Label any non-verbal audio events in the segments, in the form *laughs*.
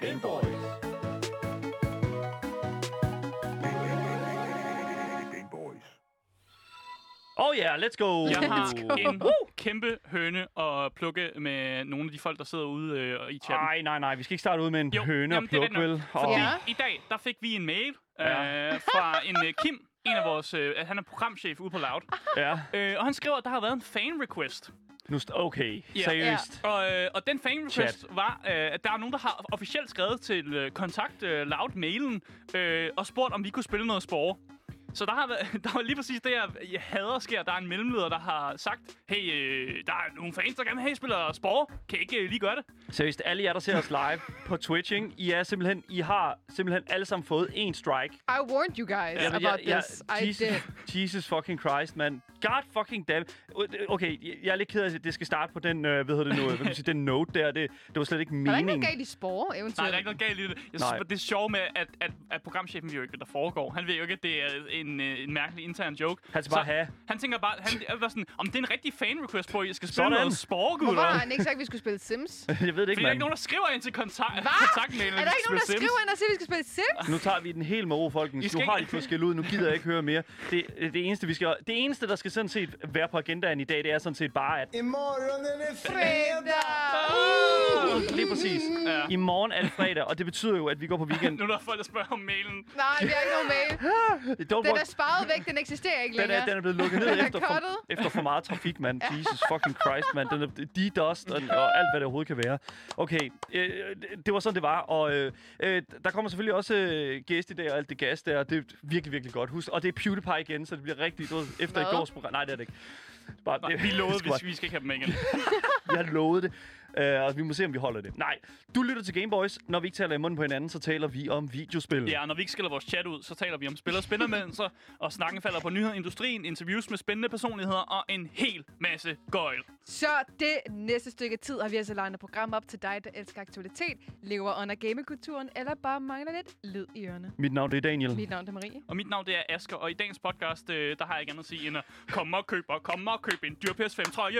Gameboys. Oh yeah, let's go! Jeg har Let's en kæmpe høne at plukke med nogle af de folk, der sidder ude øh, i chatten. Nej, nej, nej, vi skal ikke starte ud med en Jo, høne og jamen, det er pluk, rigtigt nok. vel? Fordi Og- ja. i dag, der fik vi en mail øh, fra en øh, Kim, en af vores, øh, han er programchef ude på Loud, Ja, øh, og han skriver, at der har været en fan-request. nu st- okay, Ja. seriøst. Og, øh, og den fan-request var, øh, at der er nogen, der har officielt skrevet til øh, kontakt øh, Loud-mailen øh, og spurgt, om vi kunne spille noget spore. Så der, har været, *laughs* der var lige præcis det, jeg, jeg hader sker. Der er en mellemleder, der har sagt, hey, øh, der er nogle fans, der gerne vil have, at I spiller spore. Kan I ikke øh, lige gøre det? Seriøst, alle jer, der ser os live på Twitch, ikke? I, er simpelthen, I har simpelthen alle sammen fået en strike. I warned you guys Jamen, about this. I did. Jesus, Jesus fucking Christ, mand. God fucking damn. Okay, jeg- jeg er lidt ked af, at det skal starte på den, øh, hvad hedder det nu, øh, hvad kan man sige, den note der. Det, det var slet ikke Er der ikke noget meningen. galt i spore, Nej, eventuelt? der er ikke noget galt i det. Jeg synes, Nej. bare, det er sjovt med, at, at, at programchefen ved jo ikke, hvad der foregår. Han ved jo ikke, at det er en, øh, en mærkelig intern joke. Han skal bare Så have. Han tænker bare, han er bare sådan, om det er en rigtig fan-request på, at jeg skal spille Sådan. noget spork, Hvorfor har eller han ikke sagt, at vi skulle spille *laughs* Sims? Jeg ved det Fordi ikke, der er ikke mand. nogen, der skriver ind til kontakt- Hva? kontaktmailen. Er der ikke nogen, der skriver ind og siger, at vi skal spille Sims? Nu tager vi den helt med ro, I folkens. skal Nu har I ikke- fået skæld ud. Nu gider jeg ikke høre mere. Det, det, eneste, vi skal, det eneste, der skal sådan set være på agendaen i dag, det er sådan set bare, at Imorgon är det Fredag! lige præcis Ja. i morgen er det fredag, og det betyder jo, at vi går på weekend. Nu er der folk, der spørger om mailen. Nej, vi har ikke nogen mail. Don't Den walk- er sparet væk, den eksisterer ikke den, er, længere. den er blevet lukket *laughs* ned Den er efter, for, cuttet. efter for meget trafik, mand. Jesus fucking Christ, mand. Den er de-dust og, og alt, hvad det overhovedet kan være. Okay, øh, det, det var sådan, det var. Og øh, øh, der kommer selvfølgelig også øh, gæst i dag og alt det gas der, og det er virkelig, virkelig godt. Husk, og det er PewDiePie igen, så det bliver rigtig du ved, efter Hvad? i gårs program. Nej, det er det ikke. Bare, Nej, det- *laughs* vi lovede, det vi, var- vi skal ikke have dem med igen. Jeg lovede det. Uh, og vi må se, om vi holder det. Nej, du lytter til Gameboys. Når vi ikke taler i munden på hinanden, så taler vi om videospil. Ja, og når vi ikke skiller vores chat ud, så taler vi om spiller- og spillermændelser, og snakken falder på nyheder, industrien, interviews med spændende personligheder og en hel masse gøjl. Så det næste stykke tid har vi altså legnet et program op til dig, der elsker aktualitet, lever under gamekulturen eller bare mangler lidt lyd i ørerne. Mit navn det er Daniel. Mit navn er Marie. Og mit navn det er Asker, og i dagens podcast, øh, der har jeg ikke andet at sige end at komme og købe, og komme og købe en dyr PS5-trøje.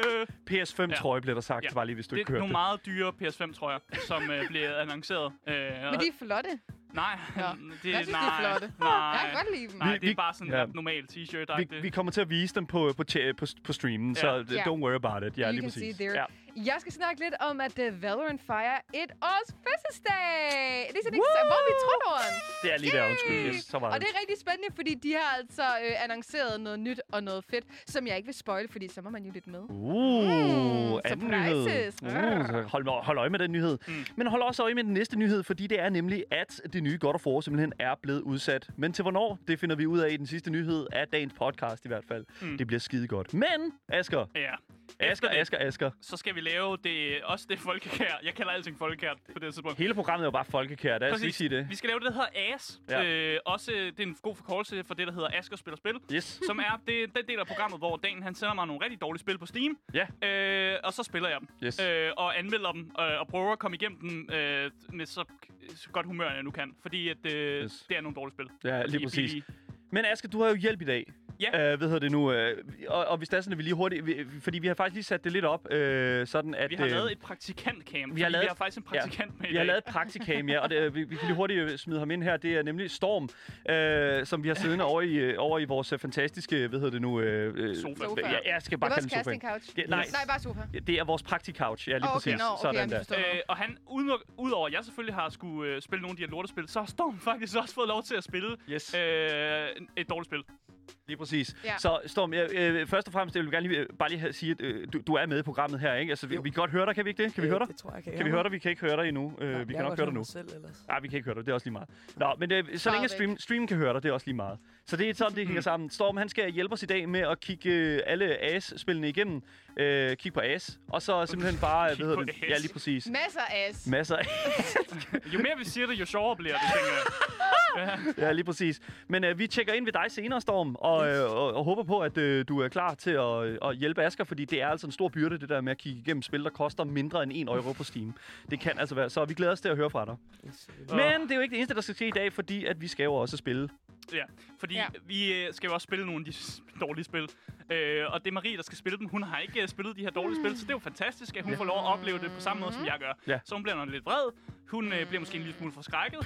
PS5-trøje blev der sagt, ja. bare lige hvis du det ikke er hørte nogle det. meget dyre PS5-trøjer, som øh, bliver annonceret. Øh, Men de er flotte. Nej, *laughs* det, Nå. Jeg synes, de er nej, flotte. Nej, Jeg kan godt lide dem. Nej, Vi- det er vi- bare sådan en ja. ret normal t-shirt. Vi, vi kommer til at vise dem på, på, tje- på, på streamen, øh. ja. så Ja. d- Ja. don't worry about it. Ja, you lige can præcis. see there. Ja. Jeg skal snakke lidt om, at uh, Valorant fejrer et års fødselsdag. Det er sådan ikke hvor er vi tror Det er lige der, undskyld. Yay! Yes, så var Og det. det er rigtig spændende, fordi de har altså øh, annonceret noget nyt og noget fedt, som jeg ikke vil spoil, fordi så må man jo lytte med. Uh, anden nyhed. Mm, surprises. Uh, så hold, med- hold øje med den nyhed. Mm. Men hold også øje med den næste nyhed, fordi det er nemlig, at det nye God of War simpelthen er blevet udsat. Men til hvornår, det finder vi ud af i den sidste nyhed af dagens podcast i hvert fald. Mm. Det bliver skide godt. Men, Asker, Ja. Efter Asker, det, Asker, Asker. så skal vi lave det, også det folkekær. Jeg kalder alting folkekært på det tidspunkt. Hele programmet er jo bare folkekært, lad os lige sige det. Vi skal lave det, der hedder AS. Ja. Ja. Øh, også, øh, det er en god forkortelse for det, der hedder Asker Spiller Spil. Yes. Som er det, den del af programmet, hvor Dan han sender mig nogle rigtig dårlige spil på Steam. Ja. Øh, og så spiller jeg dem. Yes. Øh, og anmelder dem, øh, og prøver at komme igennem dem øh, med så, så godt humør, jeg nu kan. Fordi at, øh, Yes. yes. det er nogle dårlige spil. Ja, Og de lige er præcis. billige. Men Aske, du har jo hjælp i dag. Ja. Øh, hvad hedder det nu? Øh, og, og hvis det er sådan, at vi lige hurtigt... Vi, fordi vi har faktisk lige sat det lidt op, øh, sådan at... Vi har øh, lavet et praktikantcamp. vi har, lavet, vi har faktisk en praktikant ja, med i Vi har dag. lavet et praktikam, ja, og det, vi, vi kan lige hurtigt øh, smide ham ind her. Det er nemlig Storm, øh, som vi har siddende over i, øh, over i vores øh, fantastiske, hvad hedder det nu? Øh, øh, Sofa. Sofa. Ja, jeg skal Det bare var kalde den også sofa. casting couch. Ja, nej. nej, bare sofa. Ja, Det er vores praktikouch, ja, lige Åh, okay, præcis. nå, okay, sådan jamen, der. forstår. Øh, og han, uden, udover at jeg selvfølgelig har skulle øh, spille nogle af de her lortespil, så har Storm faktisk også fået lov til at spille Yes. øh, et dårligt spil. Lige præcis. Ja. Ja. Så Storm, jeg, øh, først og fremmest, jeg vil gerne lige, øh, bare lige have- sige, at øh, du, du er med i programmet her, ikke? Altså, vi, Jo. Øh, vi kan godt høre dig, kan vi ikke det? Kan vi høre dig? Det tror jeg, kan, Kan vi høre dig? Vi kan ikke høre dig endnu. Øh, vi kan nok høre dig nu. Selv, ellers. Nej, vi kan ikke høre dig. Det er også lige meget. Nå, men øh, så længe at væk. stream, streamen kan høre dig, det er også lige meget. Så det er sådan, det hænger sammen. Storm, han skal hjælpe os i dag med at kigge øh, alle AS-spillene igennem. Øh, kigge på AS. Og så simpelthen bare... øh, Kig Hvad hedder på det? AS. Ja, lige præcis. Masser af ass. Masser af... Jo mere vi siger det, jo sjovere bliver det, tænker jeg. ja, lige præcis. Men øh, vi tjekker ind ved dig senere, Storm, og, øh, og, og håber på, at øh, du er klar til at, at hjælpe Asker, fordi det er altså en stor byrde, det der med at kigge igennem spil, der koster mindre end 1 euro på Steam. Det kan altså være, så vi glæder os til at høre fra dig. Men det er jo ikke det eneste, der skal ske i dag, fordi at vi skal jo også spille. Ja, fordi Ja. ja. vi øh, skal jo også spille nogle af de s- dårlige spil. Øh, og det er Marie, der skal spille dem. Hun har ikke øh, spillet de her dårlige spil, så det er jo fantastisk, at hun får lov at opleve det på samme måde, som jeg gør. Ja. Så hun bliver nok lidt vred, Hun øh, bliver måske en lille smule forskrækket,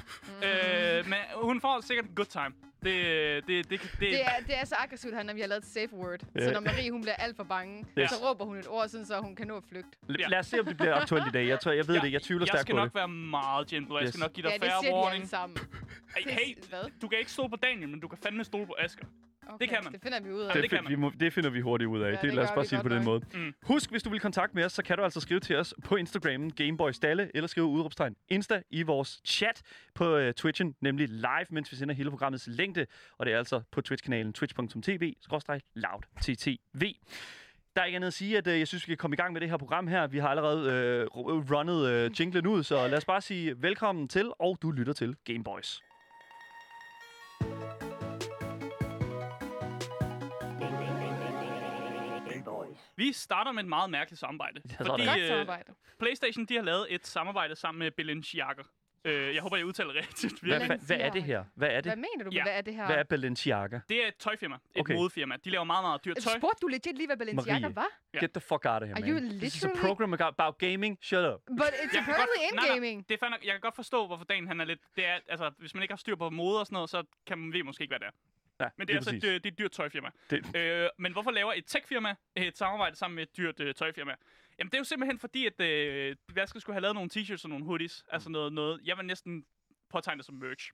øh, men hun får sikkert en good time. Det, øh, det, det, det, Det er, det er så aggressivt, han, når vi har lavet et safe word. Ja. Så når Marie hun bliver alt for bange, Ja. så råber hun et ord, sådan, så hun kan nå at flygte. L- Ja. Lad os se, om det bliver aktuelt i dag. Jeg, tror, jeg ved det ikke. Jeg tvivler jeg stærkt skal på nok det. være meget gentle, og jeg Yes. skal nok give Ja, dig det fair siger de warning. alle sammen. Ej, Det- hey, hvad? du kan ikke stole på Daniel, men du kan fandme stole på Asger. Okay, kan man. Det finder vi ud af. Ja, det Det, kan find, man. vi må, det finder vi hurtigt ud af. Ja, det, det lad os gør bare vi sige det på godt den måde. Mm. Husk, hvis du vil kontakte med os, så kan du altså skrive til os på Instagram Gameboy Stalle, eller skrive udråbstegn Insta i vores chat på uh, Twitchen, nemlig live, mens vi sender hele programmets længde. Og det er altså på Twitch-kanalen twitch.tv-loudttv. Der er ikke andet at sige, at øh, jeg synes, vi kan komme i gang med det her program her. Vi har allerede øh, ru- runnet øh, jinglen ud, så lad os bare sige velkommen til, og du lytter til Gameboys. Vi starter med et meget mærkeligt samarbejde. er fordi sådan. Godt øh, samarbejde. PlayStation de har lavet et samarbejde sammen med Balenciaga. Øh, jeg håber, jeg udtaler det rigtigt. Hvad, Virkelig. fa- hvad er det her? Hvad er Hvad det? mener du med, Ja. hvad er det her? Hvad er Balenciaga? Det er et tøjfirma. Et Okay. okay. modefirma. De laver meget, meget dyrt tøj. Spurgte du legit lige, hvad Balenciaga Marie. var? Ja. Get the fuck out of here, Are man. you This is a literally- program about gaming. Shut up. But it's Jeg kan godt- apparently nej, nej, in-gaming. Det er fair nok. Jeg kan godt forstå, hvorfor Dan han er lidt... Det er, altså, hvis man ikke har styr på mode og sådan noget, så kan man ved måske ikke, hvad det er. Ja, Men det lige er altså et, præcis. det er et dyrt tøjfirma. Det- Øh, men hvorfor laver et techfirma et samarbejde sammen med et dyrt øh, tøjfirma? Jamen, det er jo simpelthen fordi, at øh, Vasker skulle have lavet nogle t-shirts og nogle hoodies. Mm. Altså noget, noget jeg vil næsten påtegne det som merch.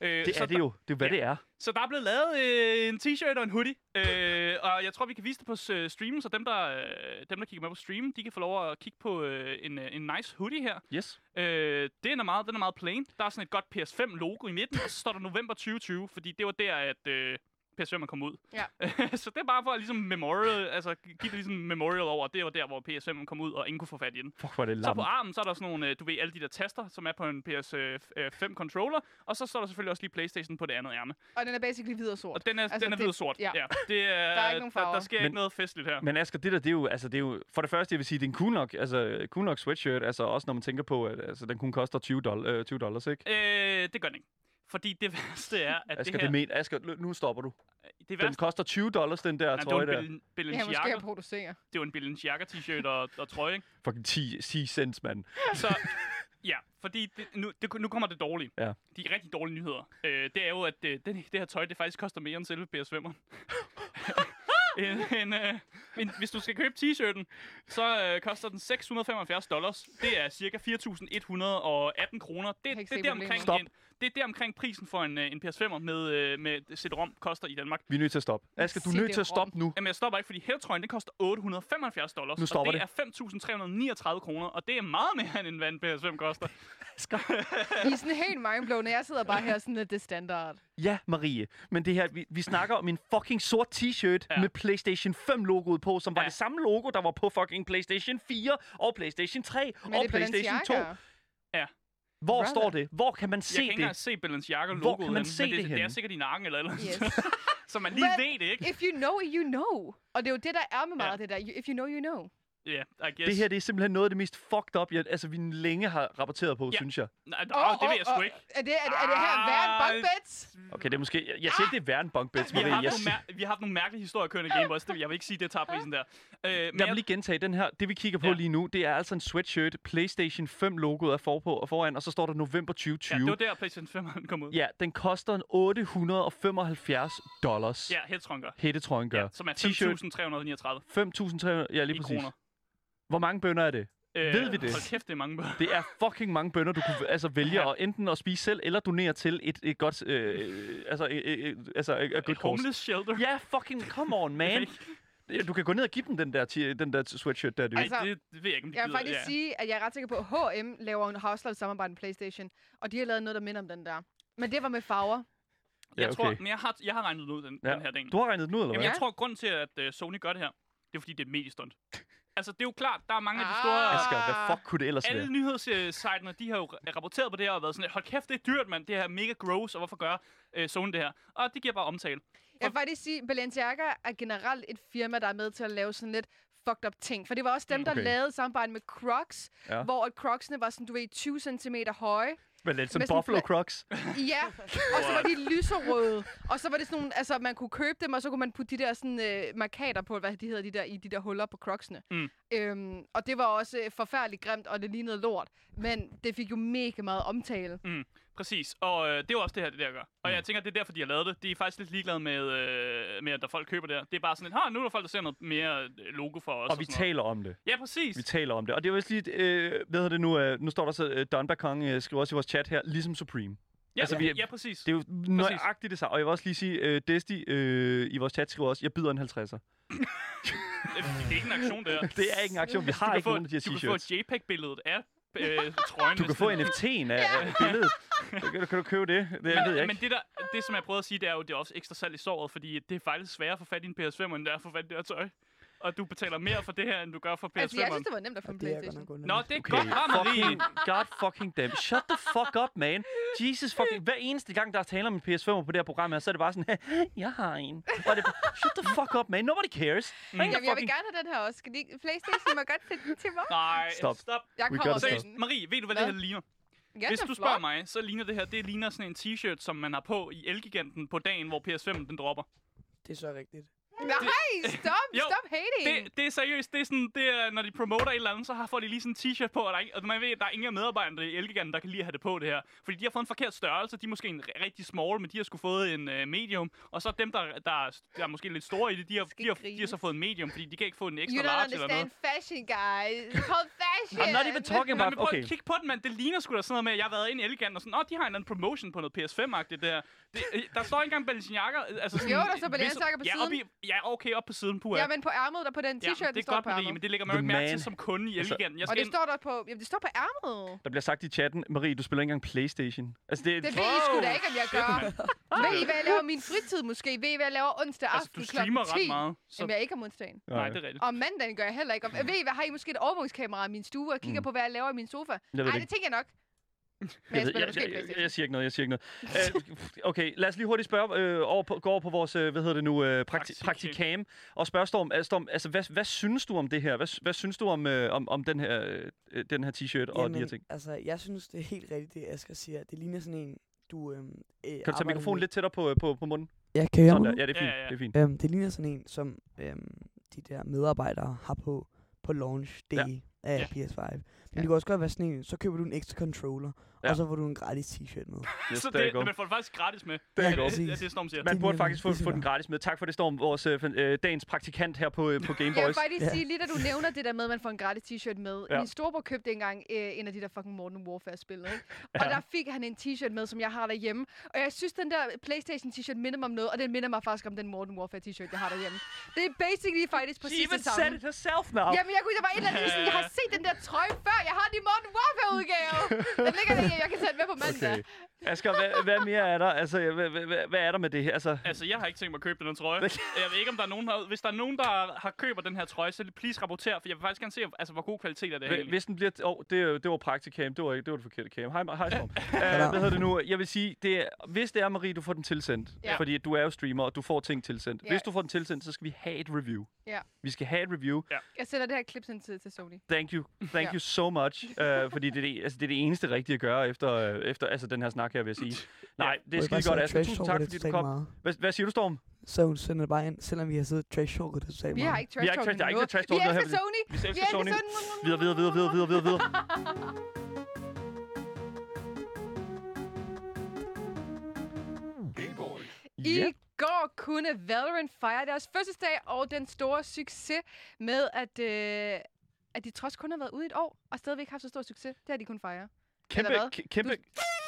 Øh, Det så er det jo. Det er, hvad Ja. det er. Så der er blevet lavet øh, en t-shirt og en hoodie, øh, og jeg tror, vi kan vise det på øh, streamen, så dem der, øh, dem, der kigger med på streamen, de kan få lov at kigge på øh, en, øh, en nice hoodie her. Yes. Øh, den er meget, den er meget plain. Der er sådan et godt PS5-logo i midten, og så står der november 2020, fordi det var der, at øh, PS5 er kommet ud. Ja. *laughs* så det er bare for at ligesom memorial, altså, give det ligesom memorial over, at det var der, hvor PS5 kom ud, og ingen kunne få fat i den. Fuck, hvor er det Så på lamt. armen, så er der sådan nogle, øh, du ved, alle de der taster, som er på en øh, PS5-controller, og så står der selvfølgelig også lige PlayStation på det andet ærme. Og den er basically hvid og sort. Og den er, altså, den er det- hvid og sort. ja. Ja. ja. Det er, Der er ikke nogen Der, farver. der sker Men- ikke noget festligt her. Men Asger, det der, det er jo, altså, det er jo, for det første, jeg vil sige, det er en cool nok, altså, cool nok sweatshirt, altså, også når man tænker på, at altså, den kun koster 20, doll- øh, 20 dollars, ikke? Øh, det gør den ikke. Fordi det værste er, at Asger, det her... det men, Asger, lø- nu stopper du. det Den værste, koster 20 dollars, den der nej, det var trøje en der. Balen- Det her måske Balenciaga. at producere. Det var en Balenciaga t-shirt og, og trøje, ikke? Fucking 10, 10 cents, mand. *laughs* Så ja, fordi det, nu, det, nu kommer det dårlige. Ja. De rigtig dårlige nyheder. Øh, det er jo, at øh, den, det her tøj, det faktisk koster mere end selve *laughs* PS5'eren. en, en, øh, en, hvis du skal købe t-shirten, så øh, koster den 675 dollars. Det er cirka 4.118 kroner. Det, kan ikke det, er se deromkring problemet. en, det er deromkring prisen for en, øh, en PS5'er med, øh, med CD-ROM koster i Danmark. Vi er nødt til at stoppe. Asger, du er Sig nødt det til at ord. stoppe nu. Jamen, jeg stopper ikke, fordi hættrøjen, den koster 875 dollars. Nu stopper og det, er 5.339 kroner, og det er meget mere, end hvad en PS5 koster. I er sådan helt mindblown, og jeg sidder bare her sådan lidt, det er standard. Ja, Marie. Men det her, vi, vi snakker om en fucking sort t-shirt ja. Ja. med PlayStation 5-logoet på, som var ja. Ja. det samme logo, der var på fucking PlayStation 4 og PlayStation 3 Men og det er PlayStation 2. Balenciaga. Hvor Brother. står det? Hvor kan man Jeg se kan ikke engang det? se Balenciaga-logoet. Hvor kan man henne, se men det det, det er henne? sikkert i nakken eller eller Yes. Så man lige But ved det, ikke? If you know it, you know. Og det er jo det, der er Ja. med meget det der. You- If you know, you know. Ja, yeah, I guess. Det her det er simpelthen noget af det mest fucked up, jeg, altså, vi længe har rapporteret på, ja. Ja. synes jeg. Nej, oh, det ved jeg sgu og- ikke. Er det, er, det- er det her værd en Ah. bunkbeds? Okay, det er måske... Jeg, jeg siger ikke, det er værre end bunkbeds, Vi har, Marie. haft Jeg, nogle mær- vi har haft nogle mærkelige historier kørende i Gameboys. Det- Jeg vil ikke sige, det tager prisen der. Øh, men jeg vil lige gentage den her. Det, vi kigger på ja. Ja. lige nu, det er altså en sweatshirt. PlayStation 5-logoet er forpå og foran, og så står der november ja, det 2020. var der, PlayStation 5 kom ud. Ja, den koster en 875 dollars. Ja, Hedtron gør. Hættetrøjen gør. Ja, som er T-shirt 5.339 5.300, ja lige i præcis. kroner. Hvor mange bønder er det? Øh, Ved vi det? Hold kæft, det er mange bøger. Det er fucking mange bønder, du kunne altså, vælge Ja. at enten at spise selv, eller donere til et, et godt, øh, øh, altså, øh, øh, altså, øh, et godt cause. Homeless shelter. Ja, fucking, come on, *laughs* man. Du kan gå ned og give dem den der, ti- den der sweatshirt der, du. Ej, Altså, det, det ved jeg ikke, om de Jeg vil gider. faktisk ja. sige, at jeg er ret sikker på, at H&M laver en havslag samarbejde med Playstation, og de har lavet noget, der minder om den der. Men det var med farver. Jeg Ja, tror, okay. men jeg har, jeg har regnet ud den, Ja. ja. den her del. Du har regnet den ud, eller Jamen, hvad? Ja. jeg tror, at grunden til, at uh, Sony gør det her, det er, fordi det er et mediestunt. Altså, det er jo klart, der er mange af de store... Ah. Altså, Asger, hvad fuck kunne det ellers være? alle nyhedssiterne, de har jo rapporteret på det her og været sådan, hold kæft, det er dyrt, mand. Det her er mega gross, og hvorfor gør uh, Sony det her? Og det giver bare omtale. Jeg vil faktisk sige, at Balenciaga er generelt et firma, der er med til at lave sådan lidt fucked up ting. For det var også dem, der Okay. lavede samarbejde med Crocs, Ja. hvor at Crocsene var sådan, du ved, 20 cm høje. Men lidt som Med sådan Buffalo fla- Crocs. Ja, og så var de lyserøde. Og så var det sådan nogle, altså man kunne købe dem, og så kunne man putte de der sådan, øh, markater på, hvad de hedder, de der, i de der huller på crocsene. Mm. Øhm, og det var også øh, forfærdeligt grimt, og det lignede lort. Men det fik jo mega meget omtale. Mm, Præcis, og øh, det er jo også det her, det der gør. Og Mm. jeg tænker, det er derfor, de har lavet det. De er faktisk lidt ligeglade med, øh, med at der er folk køber det her. Det er bare sådan et, "Hå, nu er der folk, der ser noget mere øh, logo for os. Og vi sådan noget." taler om det. Ja, præcis. Vi taler om det. Og det er vist lige, øh, hvad hedder det nu? Øh, nu står der så, øh, Don Bakong øh, skriver også i vores chat her, ligesom Supreme. ja, altså, altså, vi- vi, ja, præcis. Det er jo nøjagtigt det samme. Og jeg vil også lige sige, øh, Desti øh, i vores chat skriver også, jeg byder en 50'er. Øh, det er ikke en aktion, det *laughs* her. Det er ikke en aktion. Vi Du har kan ikke få- nogen af de her Du kan få t-shirts. JPEG-billedet af øh, trøjen. Du kan hvis få det- NFT'en af af billedet. Kan, kan du købe det? Det ved jeg Men, ikke. men det, der, det, som jeg prøvede at sige, det er jo, det er også ekstra salg i såret, fordi det er faktisk sværere at få fat i en PS5, end det er at få fat i det her tøj. Og du betaler mere for det her, end du gør for PS5'eren. Altså, jeg synes, det var nemt at få en Det er godt Playstation. nok underligt. Nå, det er okay. godt, hva, Marie. fucking, God fucking damn. Shut the fuck up, man. Jesus fucking... Hver eneste gang, der er tale om en PS5 på det her program her, så er det bare sådan, jeg har en. Og det er bare, shut the fuck up, man. Nobody cares. Mm. Jeg, jeg vil gerne have den her også. Skal de, ikke- Playstation må godt til, til mig. Nej, Stop. stop. stop. Jeg We kommer gotta til Seriøst, den. Marie, ved du, hvad, Hvad? det her ligner? Ja, Hvis den er du spørger flot. mig, så ligner det her, det ligner sådan en t-shirt, som man har på i Elgiganten på dagen, hvor PS5 den dropper. Det er så rigtigt. Nej, stop, Jo, stop hating. Det, det er seriøst, det er sådan, det er, når de promoter et eller andet, så har, får de lige sådan en t-shirt på, og, der er, ikke- og man ved, at der er ingen af medarbejderne i Elgiganten, der kan lige have det på det her. Fordi de har fået en forkert størrelse, de er måske en r- rigtig small, men de har sgu fået en uh, medium. Og så dem, der, der, er- der er måske lidt store i det, de har, Skal de har, grine. de har så fået en medium, fordi de kan ikke få en You ekstra don't large eller understand noget. fashion, guys. It's called fashion. I'm not even talking Nej, about... men prøv Okay, at kigge på den, mand. Det ligner sgu da sådan noget med, at jeg har været ind i Elgiganten og sådan, åh, de har en eller anden promotion på noget PS5-agtigt der. Det, øh, der står ikke engang Balenciaga. øh, Altså sådan, Jo, der står øh, Balenciaga på ja, siden. Op i, ja, okay, op på siden, puha. Ja, men på ærmet, der på den t-shirt, ja, der det er står godt, på Marie, ærmet. men det lægger man The jo ikke mærke man. til som kunde i Altså- Elgiganten. Jeg Og skal det ind- står der på, jamen, det står på ærmet. der bliver sagt i chatten, Marie, du spiller ikke engang Playstation. Altså, det er... Det ved I sgu da ikke, om jeg gør. Ved I, mand. hvad jeg laver i min fritid måske? Ved I, hvad jeg laver onsdag Altså, aften du klokken streamer 10? ret meget. Så... Jamen, jeg er ikke om onsdagen. Nej, det er rigtigt. Og om mandagen gør jeg heller ikke. Og ved I, hvad har I måske et overvågningskamera i min stue og Mm. kigger på, hvad jeg laver i min sofa? ved det Nej, det ikke. tænker jeg nok. Men jeg Jeg, ved, spiller jeg, måske jeg, jeg, PlayStation. jeg siger ikke noget, jeg siger ikke noget. Øh, okay, lad os lige hurtigt spørge, øh, over på, gå over på vores, øh, hvad hedder det nu, øh, prakti- Praktikam. praktikam, og spørge Storm, øh, Storm altså, hvad, hvad synes du om det her? Hvad, s- hvad synes du om, øh, om, om den, her, øh, den her t-shirt og de her ting? altså, jeg synes, det er helt rigtigt, det Asger siger. Det ligner sådan en, du... Øhm, øh, Kan du tage arbejder mikrofonen med. lidt tættere på, øh, på, på munden? Ja, kan jeg Sådan nu? der. Ja, det er Ja, fint. ja, ja. Det er fint. Øhm, det ligner sådan en, som øhm, de der medarbejdere har på på launch day ja. af Ja. PS5. Men Ja. ja. det kan også godt være sådan en, så køber du en ekstra controller, Ja. ja. og så får du en gratis t-shirt med. Yes, så there you det, go. man får det faktisk gratis med. er Ja, godt. det, det, det, Storm siger. Man Det burde mener faktisk vi. få, Det synes få den jeg. gratis med. Tak for det, Storm, vores øh, fan- øh, dagens praktikant her på, øh, på Game Jeg vil Boys. faktisk Ja. sige lige, da du nævner det der med, at man får en gratis t-shirt med. Ja. Ja. Min storebror købte engang øh, en af de der fucking Modern Warfare-spil, *laughs* ikke? Og der fik han en t-shirt med, som jeg har derhjemme. Og jeg synes, den der Playstation-t-shirt minder mig om noget, og den minder mig faktisk om den Modern Warfare-t-shirt, jeg har derhjemme. Det er basically faktisk She præcis even det said samme. it herself now. Jamen, jeg kunne, der var et eller andet, sådan, jeg har set den der trøje før. Jeg har den i Modern Warfare-udgave. Den ligger der, jeg kan tage den med på mandag. Okay. Asger, hvad, hvad mere er der? Altså, hvad, hvad, hvad- hvad er der med det her? Altså, Altså, jeg har ikke tænkt mig at købe den her trøje. Jeg ved ikke, om der er nogen, der... Hvis der er nogen, der har køber den her trøje, så please rapporter, for jeg vil faktisk gerne se, altså, hvor god kvalitet er det her. Hv- egentlig. Hvis den bliver... Åh, oh, det, er jo- det var praktikam. Det var, ikke, det var det forkerte cam. Hej, Ma- hej Storm. uh, hvad hedder det nu? Jeg vil sige, det er, hvis det er, Marie, du får den tilsendt, ja. Ja. fordi du er jo streamer, og du får ting tilsendt. Ja. Hvis du får den tilsendt, så skal vi have et review. Ja. Vi skal have et review. Jeg sender det her klip sådan tid til Sony. Thank you. Thank Ja. you so much. Uh, fordi det er det, altså, det er det eneste rigtige at gøre efter, øh, efter altså, den her snak her, vil jeg sige. Nej, det er skide godt, Asger. Tusind tak, fordi du kom. Hvad, hvad siger du, Storm? Så hun sender det bare ind, selvom vi har siddet trash talket det totalt Vi meget. har ikke trash ikke trash- talking der er ikke noget. trash Vi talk noget her, elsker Sony. Vi elsker Vi elsker Sony. Sony. Videre, videre, videre, videre, videre, videre, videre. I Ja. går kunne Valorant fejre deres fødselsdag og den store succes med, at, øh, at de trods kun har været ude i et år, og stadigvæk har haft så stor succes. Det har de kun fejre. Kæmpe, Eller hvad? kæ- kæmpe,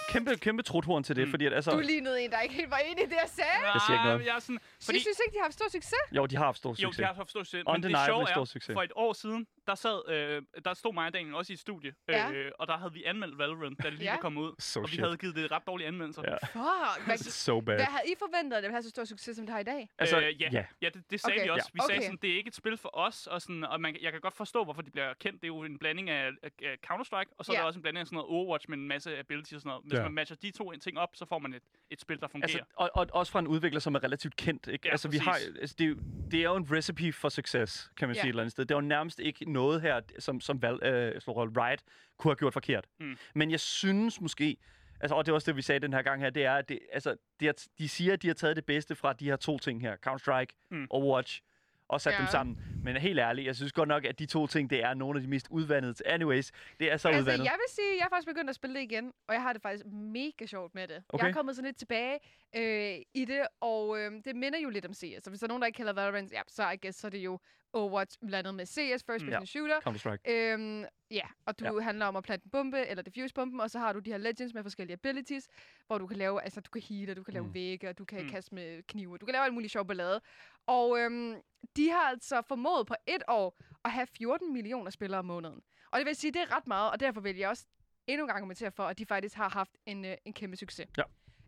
kæmpe, kæmpe truthorn til det, Mm. fordi at, altså... Du lignede en, der ikke helt var inde i det, jeg sagde. Nej, Jeg siger ikke noget. Ah, Jeg er sådan, Fordi... fordi, Jeg synes ikke, de har haft stor succes. Jo, de har haft stor jo, succes. de har haft stor succes. Men det Undeniably sjove stor er, succes. for et år siden, der, sad, øh, der stod mig og Daniel også i et studie, Ja. øh, og der havde vi anmeldt Valorant, da det lige Ja. var kommet ud. So og vi shit. havde givet det ret dårlige anmeldelser. Ja. Fuck, hvad, So bad. Altså, hvad havde I forventet, at det ville have så stor succes, som det har i dag? Altså, Altså, øh, ja, ja. ja. ja det, det sagde Okay. vi også. Vi sagde Okay. sådan, det er ikke et spil for os, og, sådan, og man, kan- jeg kan godt forstå, hvorfor de bliver kendt. Det er jo en blanding af, af, af Counter-Strike, og så er Ja. der også en blanding af sådan noget Overwatch med en masse abilities og sådan noget. Hvis Ja. man matcher de to ting op, så får man et, et spil, der fungerer. Altså, og, og også fra en udvikler, som er relativt kendt. Ikke? Ja, altså, vi har, præcis. altså, det, er jo, det er jo en recipe for succes, kan man Ja. sige et eller andet sted. Det er jo nærmest ikke noget her, som, som Val, øh, Riot kunne have gjort forkert. Mm. Men jeg synes måske, Altså, og det er også det, vi sagde den her gang her, det er, at det, altså, de, har, de siger, at de har taget det bedste fra de her to ting her, Counter-Strike Mm. mm. og Watch, og sat ja. dem Ja. sammen. Men helt ærligt, jeg synes godt nok, at de to ting, det er nogle af de mest udvandede. Anyways, det er så altså, altså, udvandet. jeg vil sige, at jeg er faktisk begyndt at spille det igen, og jeg har det faktisk mega sjovt med det. Okay. Okay. Jeg er kommet sådan lidt tilbage øh, i det, og øh, det minder jo lidt om CS. Så hvis der er nogen, der ikke kalder Valorant, ja, så I guess, så er det jo Overwatch blandet med CS, First Person Ja. Shooter. Counter-Strike. Øhm, ja, og du ja. handler om at plante en bombe, eller defuse bomben, og så har du de her legends med forskellige abilities, hvor du kan lave, altså du kan heal, og du kan lave Mm. mm. vægge, og du kan Mm. mm. kaste med knive, du kan lave alt muligt sjov ballade. Og øhm, de har altså formået på et år at have 14 millioner spillere om måneden. Og det vil sige, det er ret meget, og derfor vil jeg også endnu en gang argumentere for, at de faktisk har haft en, øh, en kæmpe succes. Ja.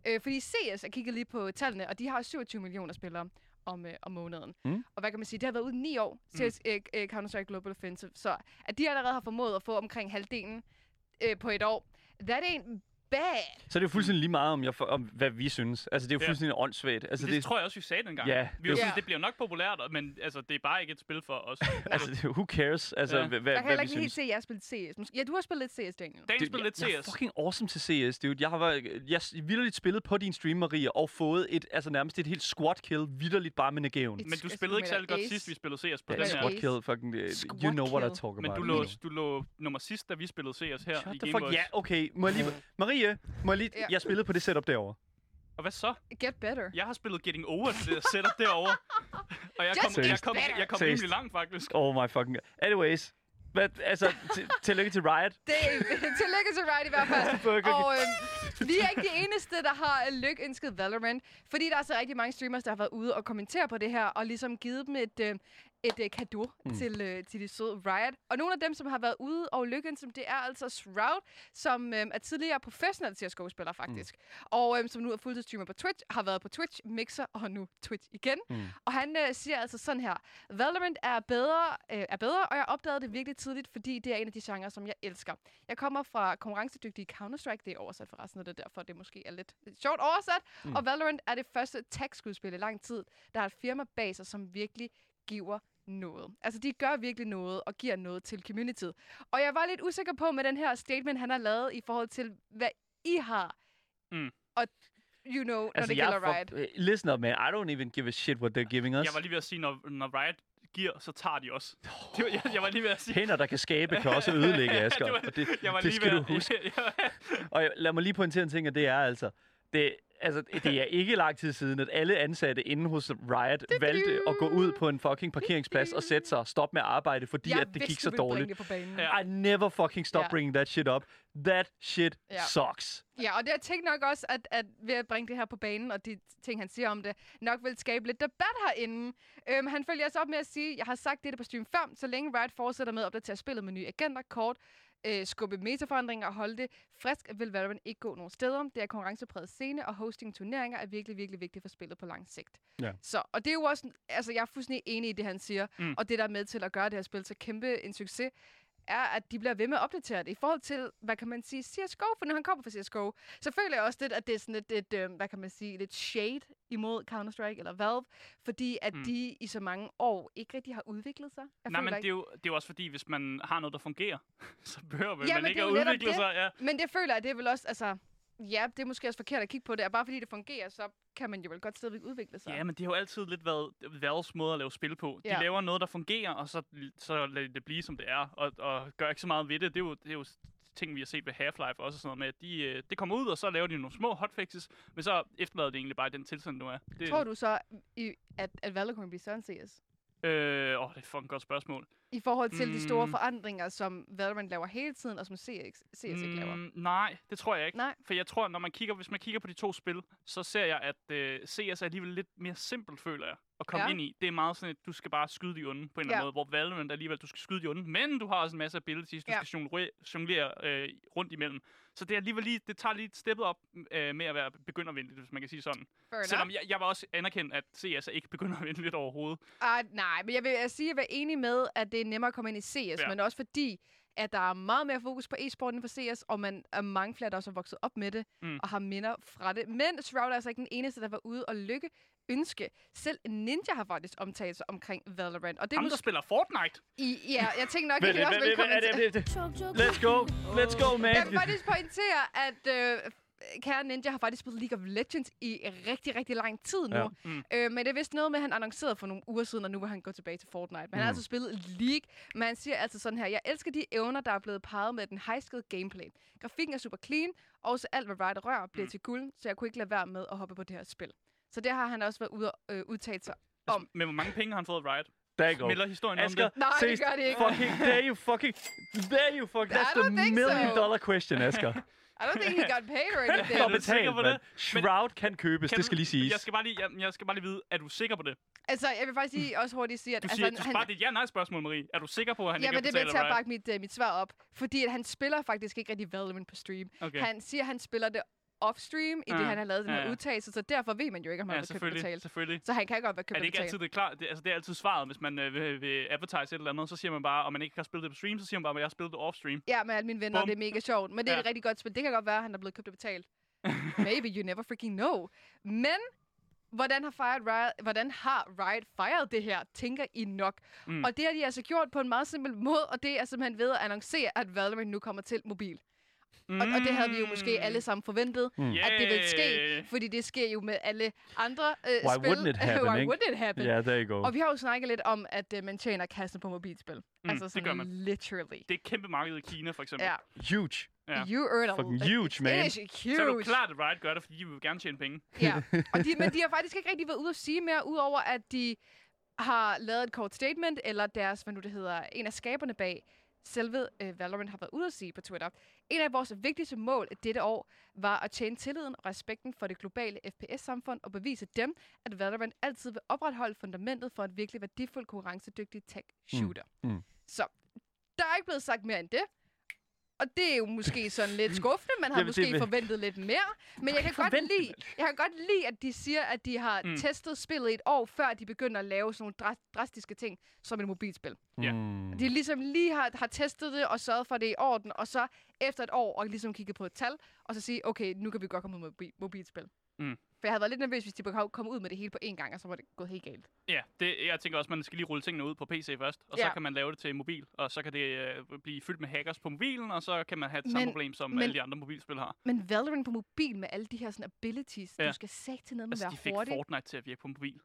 Øh, fordi CS, jeg kiggede lige på tallene, og de har 27 millioner spillere om, øh, om måneden. Mm. Og hvad kan man sige, det har været ude i ni år, CS mm. øh, Counter-Strike Global Offensive. Så at de allerede har formået at få omkring halvdelen øh, på et år, that ain't bad. Så er det jo fuldstændig lige meget om, jeg, for- om hvad vi synes. Altså, det er jo Mm. Ja. fuldstændig åndssvagt. Altså, det, det tror jeg også, vi sagde dengang. Ja, vi det, det- synes, Ja. det bliver nok populært, og- men altså, det er bare ikke et spil for *laughs* os. altså, det- who cares? Altså, Ja. ja. hvad, Jeg kan hvad heller vi ikke synes. helt se, at jeg har spillet CS. Måske- Ja, du har spillet lidt CS, Daniel. Daniel Det, spiller lidt jeg, jeg er CS. fucking awesome til CS, dude. Jeg har været, jeg s- vitterligt spillet på din stream, Maria, og fået et, altså nærmest et helt squad kill, vitterligt bare med negaven. Et- Men du Jeg spillede ikke spiller særlig godt Ace. sidst, vi spillede CS på Ja, den Eller yeah, squad her. Ace. kill, fucking, uh, Squad you know what I kill. talk about. Men du you lå, know. du lå nummer sidst, da vi spillede CS her Shut i the Game fuck, Boys. ja, okay. Må jeg lige, Marie, må jeg lige, Ja. jeg spillede på det setup derovre. Og hvad så? Get better. Jeg har spillet Getting Over til det setup derovre. Og jeg Just kom, jeg is kom, better. jeg kom Seriøst. rimelig langt, faktisk. Oh my fucking... Anyways, hvad, altså, til- tillykke til Riot. Det er *laughs* tillykke til Riot i hvert fald. Fucking- Og øh, vi er ikke de eneste, der har øh, lykønsket Valorant, fordi der er så rigtig mange streamers, der har været ude og kommentere på det her, og ligesom givet dem et, øh, et øh, kado mm. til, øh, til de søde Riot. Og nogle af dem, som har været ude og lykønsket, det er altså Shroud, som øh, er tidligere professionel CSGO-spiller faktisk, mm. og øh, som nu er fuldtidsstreamer på Twitch, har været på Twitch, Mixer og nu Twitch igen. Mm. Og han øh, siger altså sådan her, Valorant er bedre, øh, er bedre, og jeg opdagede det virkelig tidligt, fordi det er en af de genrer, som jeg elsker. Jeg kommer fra konkurrencedygtige Counter-Strike, det er oversat forresten, og det er derfor, det måske er lidt sjovt oversat. Mm. Og Valorant er det første tag-skudspil i lang tid, der har et firma bag sig, som virkelig giver noget. Altså, de gør virkelig noget og giver noget til communityet. Og jeg var lidt usikker på med den her statement, han har lavet i forhold til, hvad I har. Mm. Og, you know, når det Altså, jeg gælder er Riot. for- Listen up, man. I don't even give a shit what they're giving us. Jeg var lige ved at sige, når, når Riot giver, så tager de også. Det var, jeg, jeg var lige ved at sige... Hænder, der kan skabe, kan *laughs* også ødelække, Asger. det, var, og det, jeg var det lige skal ved du at- huske. *laughs* Jeg- Og jeg- lad mig lige pointere en ting, og det er altså... Det, altså, det er ikke lang tid siden, at alle ansatte inde hos Riot valgte at gå ud på en fucking parkeringsplads og sætte sig og stoppe med at arbejde, fordi jeg at det vidste, gik du så ville bringe dårligt. Det på banen. Ja. I never fucking stop Ja. bringing that shit up. That shit Ja. sucks. Ja, og det jeg tænkte nok også, at, at ved at bringe det her på banen, og de ting, han siger om det, nok vil skabe lidt debat herinde. Øhm, han følger også op med at sige, jeg har sagt dette på stream før, så længe Riot fortsætter med at opdatere spillet med nye agenter, kort, øh, skubbe metaforandringer og holde det frisk, vil Valorant ikke gå nogen steder. Det er konkurrencepræget scene, og hosting turneringer er virkelig, virkelig vigtigt for spillet på lang sigt. Ja. Så, og det er jo også, altså jeg er fuldstændig enig i det, han siger, Mm. mm. og det, der er med til at gøre det her spil så kæmpe en succes, er, at de bliver ved med at opdatere det i forhold til, hvad kan man sige, CSGO, for når han kommer fra CSGO, så føler jeg også lidt, at det er sådan lidt, lidt øh, hvad kan man sige, lidt shade imod Counter-Strike eller Valve, fordi at Mm. mm. de i så mange år ikke rigtig har udviklet sig. Jeg Nej, føler men det ikke- er, jo, det er jo også fordi, hvis man har noget, der fungerer, så behøver man, Ja, man men ikke det at er jo netop udvikle det. sig. Ja. Men det føler jeg, det er vel også, altså, ja, det er måske også forkert at kigge på det, og bare fordi det fungerer, så kan man jo vel godt stadigvæk udvikle sig. ja, men det har jo altid lidt været Valves måde at lave spil på. De Ja. laver noget, der fungerer, og så, så lader de det blive, som det er, og, og gør ikke så meget ved det. Det er jo, det er jo ting, vi har set ved Half-Life også, og sådan noget med, at de, øh, det kommer ud, og så laver de nogle små hotfixes, men så efterlader det egentlig bare i den tilstand, nu er. Det, Tror du så, i, at, at Valve kommer blive større end CS? Øh, åh, det er et fucking godt spørgsmål. I forhold til mm. de store Mm. forandringer, som Valorant laver hele tiden, og som CX, CS ikke laver. Mm, nej, det tror jeg ikke. Nej. For jeg tror, når man kigger, hvis man kigger på de to spil, så ser jeg, at øh, CS er alligevel lidt mere simpelt, føler jeg, at komme ja. Ja. ind i. Det er meget sådan, at du skal bare skyde de onde på en eller Ja. anden måde, hvor Valorant alligevel, du skal skyde de onde, men du har også en masse abilities, du ja. Ja. skal jonglere, jonglere øh, rundt imellem. Så det er alligevel lige, det tager lige et steppet op øh, med at være begyndervenligt, hvis man kan sige sådan. Fair Selvom jeg, jeg var også anerkendt, at CS er ikke *laughs* begyndervenligt overhovedet. Ah, nej, men jeg vil jeg sige, at jeg er enig med, at det er nemmere at komme ind i CS, Ja. ja. men også fordi, at der er meget mere fokus på e-sport end på CS, og man er mange flere, der også har vokset op med det, Mm. mm. og har minder fra det. Men Shroud er altså ikke den eneste, der var ude og lykke ønske. Selv Ninja har faktisk omtalt sig omkring Valorant, og det er Ham, der måske... spiller Fortnite! I, ja, jeg tænkte *laughs* nok, at Vent, I vent, også vent, ville vent, kommentere. vent, vent, vent. Let's go. Let's go, man. Jeg vil faktisk pointere, at øh, kære Ninja har faktisk spillet League of Legends i rigtig, rigtig lang tid nu. Ja. Ja. Mm. Mm. Øh, men det er vist noget med, at han annoncerede for nogle uger siden, og nu vil han gå tilbage til Fortnite. Men mm. han Mm. har altså spillet League, men han siger altså sådan her, jeg elsker de evner, der er blevet parret med den high-skill gameplay. Grafikken er super clean, og så alt, hvad Rider rører, bliver Mm. mm. til guld, så jeg kunne ikke lade være med at hoppe på det her spil. Så det har han også været ude og øh, udtale sig. Altså, men hvor mange penge har han fået right? There you go. Melder historien om Asger, det? Nej, det seriøst, gør det ikke. Fucking, there you fucking, there you fucking, I that's the don't think so. million dollar *laughs* question, Asger. I don't think he got paid or Jeg For er anything. lidt sikker betalt, på mand. det, men- Shroud kan købes, Kan det du- skal lige siges. Jeg skal bare lige, jeg, jeg skal bare lige vide, er du sikker på det? Du altså, jeg vil faktisk lige, også hurtigt sige, at... siger, altså, du sparer det ja-nej-spørgsmål, Marie. Er du sikker på, at han Ja, ikke men er det er med betalt til at af right? bakke mit, øh, mit svar op. Fordi at han spiller faktisk ikke rigtig Valorant på stream. Okay. Okay. Han siger, at han spiller det off-stream, i Ja, det han har lavet den ja, her ja. udtalelse, så derfor ved man jo ikke, om han ja, har købt og selvfølgelig, betalt. selvfølgelig. Så han kan godt være købt Er og det ikke betalt. altid det klart? Det, altså, det er altid svaret, hvis man øh, vil, vil advertise et eller andet, så siger man bare, om man ikke har spillet det på stream, så siger man bare, at jeg har spillet det off-stream. Ja, med alle mine venner, Bum. det er mega sjovt. Men det er Ja. et rigtig godt spil. Det kan godt være, at han er blevet købt og betalt. *laughs* Maybe you never freaking know. Men hvordan har, Fired Riot, hvordan har Riot fejret det her, tænker I nok? Mm. Mm. Og det har de altså gjort på en meget simpel måde, og det er simpelthen ved at annoncere, at Valorant nu kommer til mobil. Mm. Og, og det havde vi jo måske alle sammen forventet, mm. at det ville Yeah. ske, fordi det sker jo med alle andre øh, Why spil. wouldn't it happen, *laughs* Why ikke? wouldn't it happen? Ja, there you go. Og vi har jo snakket lidt om, at øh, man tjener kassen på mobilspil. Mm, altså det sådan gør man. literally. Det er et kæmpe marked i Kina, for eksempel. Ja. Huge. Ja. You earn a Fucking lot. huge, man. It is huge. Så er du klart, at Riot gør det, fordi de vil gerne tjene penge. *laughs* Ja. Og de, men de har faktisk ikke rigtig været ude at sige mere, udover at de har lavet et kort statement, eller deres, hvad nu det hedder, en af skaberne bag selve øh, Valorant har været ude at sige på Twitter. En af vores vigtigste mål dette år var at tjene tilliden og respekten for det globale FPS-samfund og bevise dem, at Valorant altid vil opretholde fundamentet for en virkelig værdifuld konkurrencedygtig tech-shooter. Mm. Mm. Så der er ikke blevet sagt mere end det. Og det er jo måske sådan *laughs* lidt skuffende. Man har Jamen, det måske vil- forventet lidt mere. Men jeg kan, godt forvente lide, jeg kan godt lide, at de siger, at de har Mm. mm. testet spillet i et år, før de begynder at lave sådan nogle dra- drastiske ting som et mobilspil. Ja. Mm. De ligesom lige har, har testet det og sørget for, at det er i orden, og så efter et år og ligesom kigget på et tal, og så sige, okay, nu kan vi godt komme ud med mobi- mobilspil. Mm. For jeg havde været lidt nervøs, hvis de kom- kom ud med det hele på én gang, og så var det gået helt galt. Ja, det, jeg tænker også, man skal lige rulle tingene ud på PC først, og så Ja. kan man lave det til mobil, og så kan det øh, blive fyldt med hackers på mobilen, og så kan man have det samme Men- problem, som men- alle de andre mobilspil har. Men Valorant på mobil med alle de her sådan abilities, Ja. du skal sætte til noget med Altså, at de være fik hurtig. Fortnite til at virke på mobil.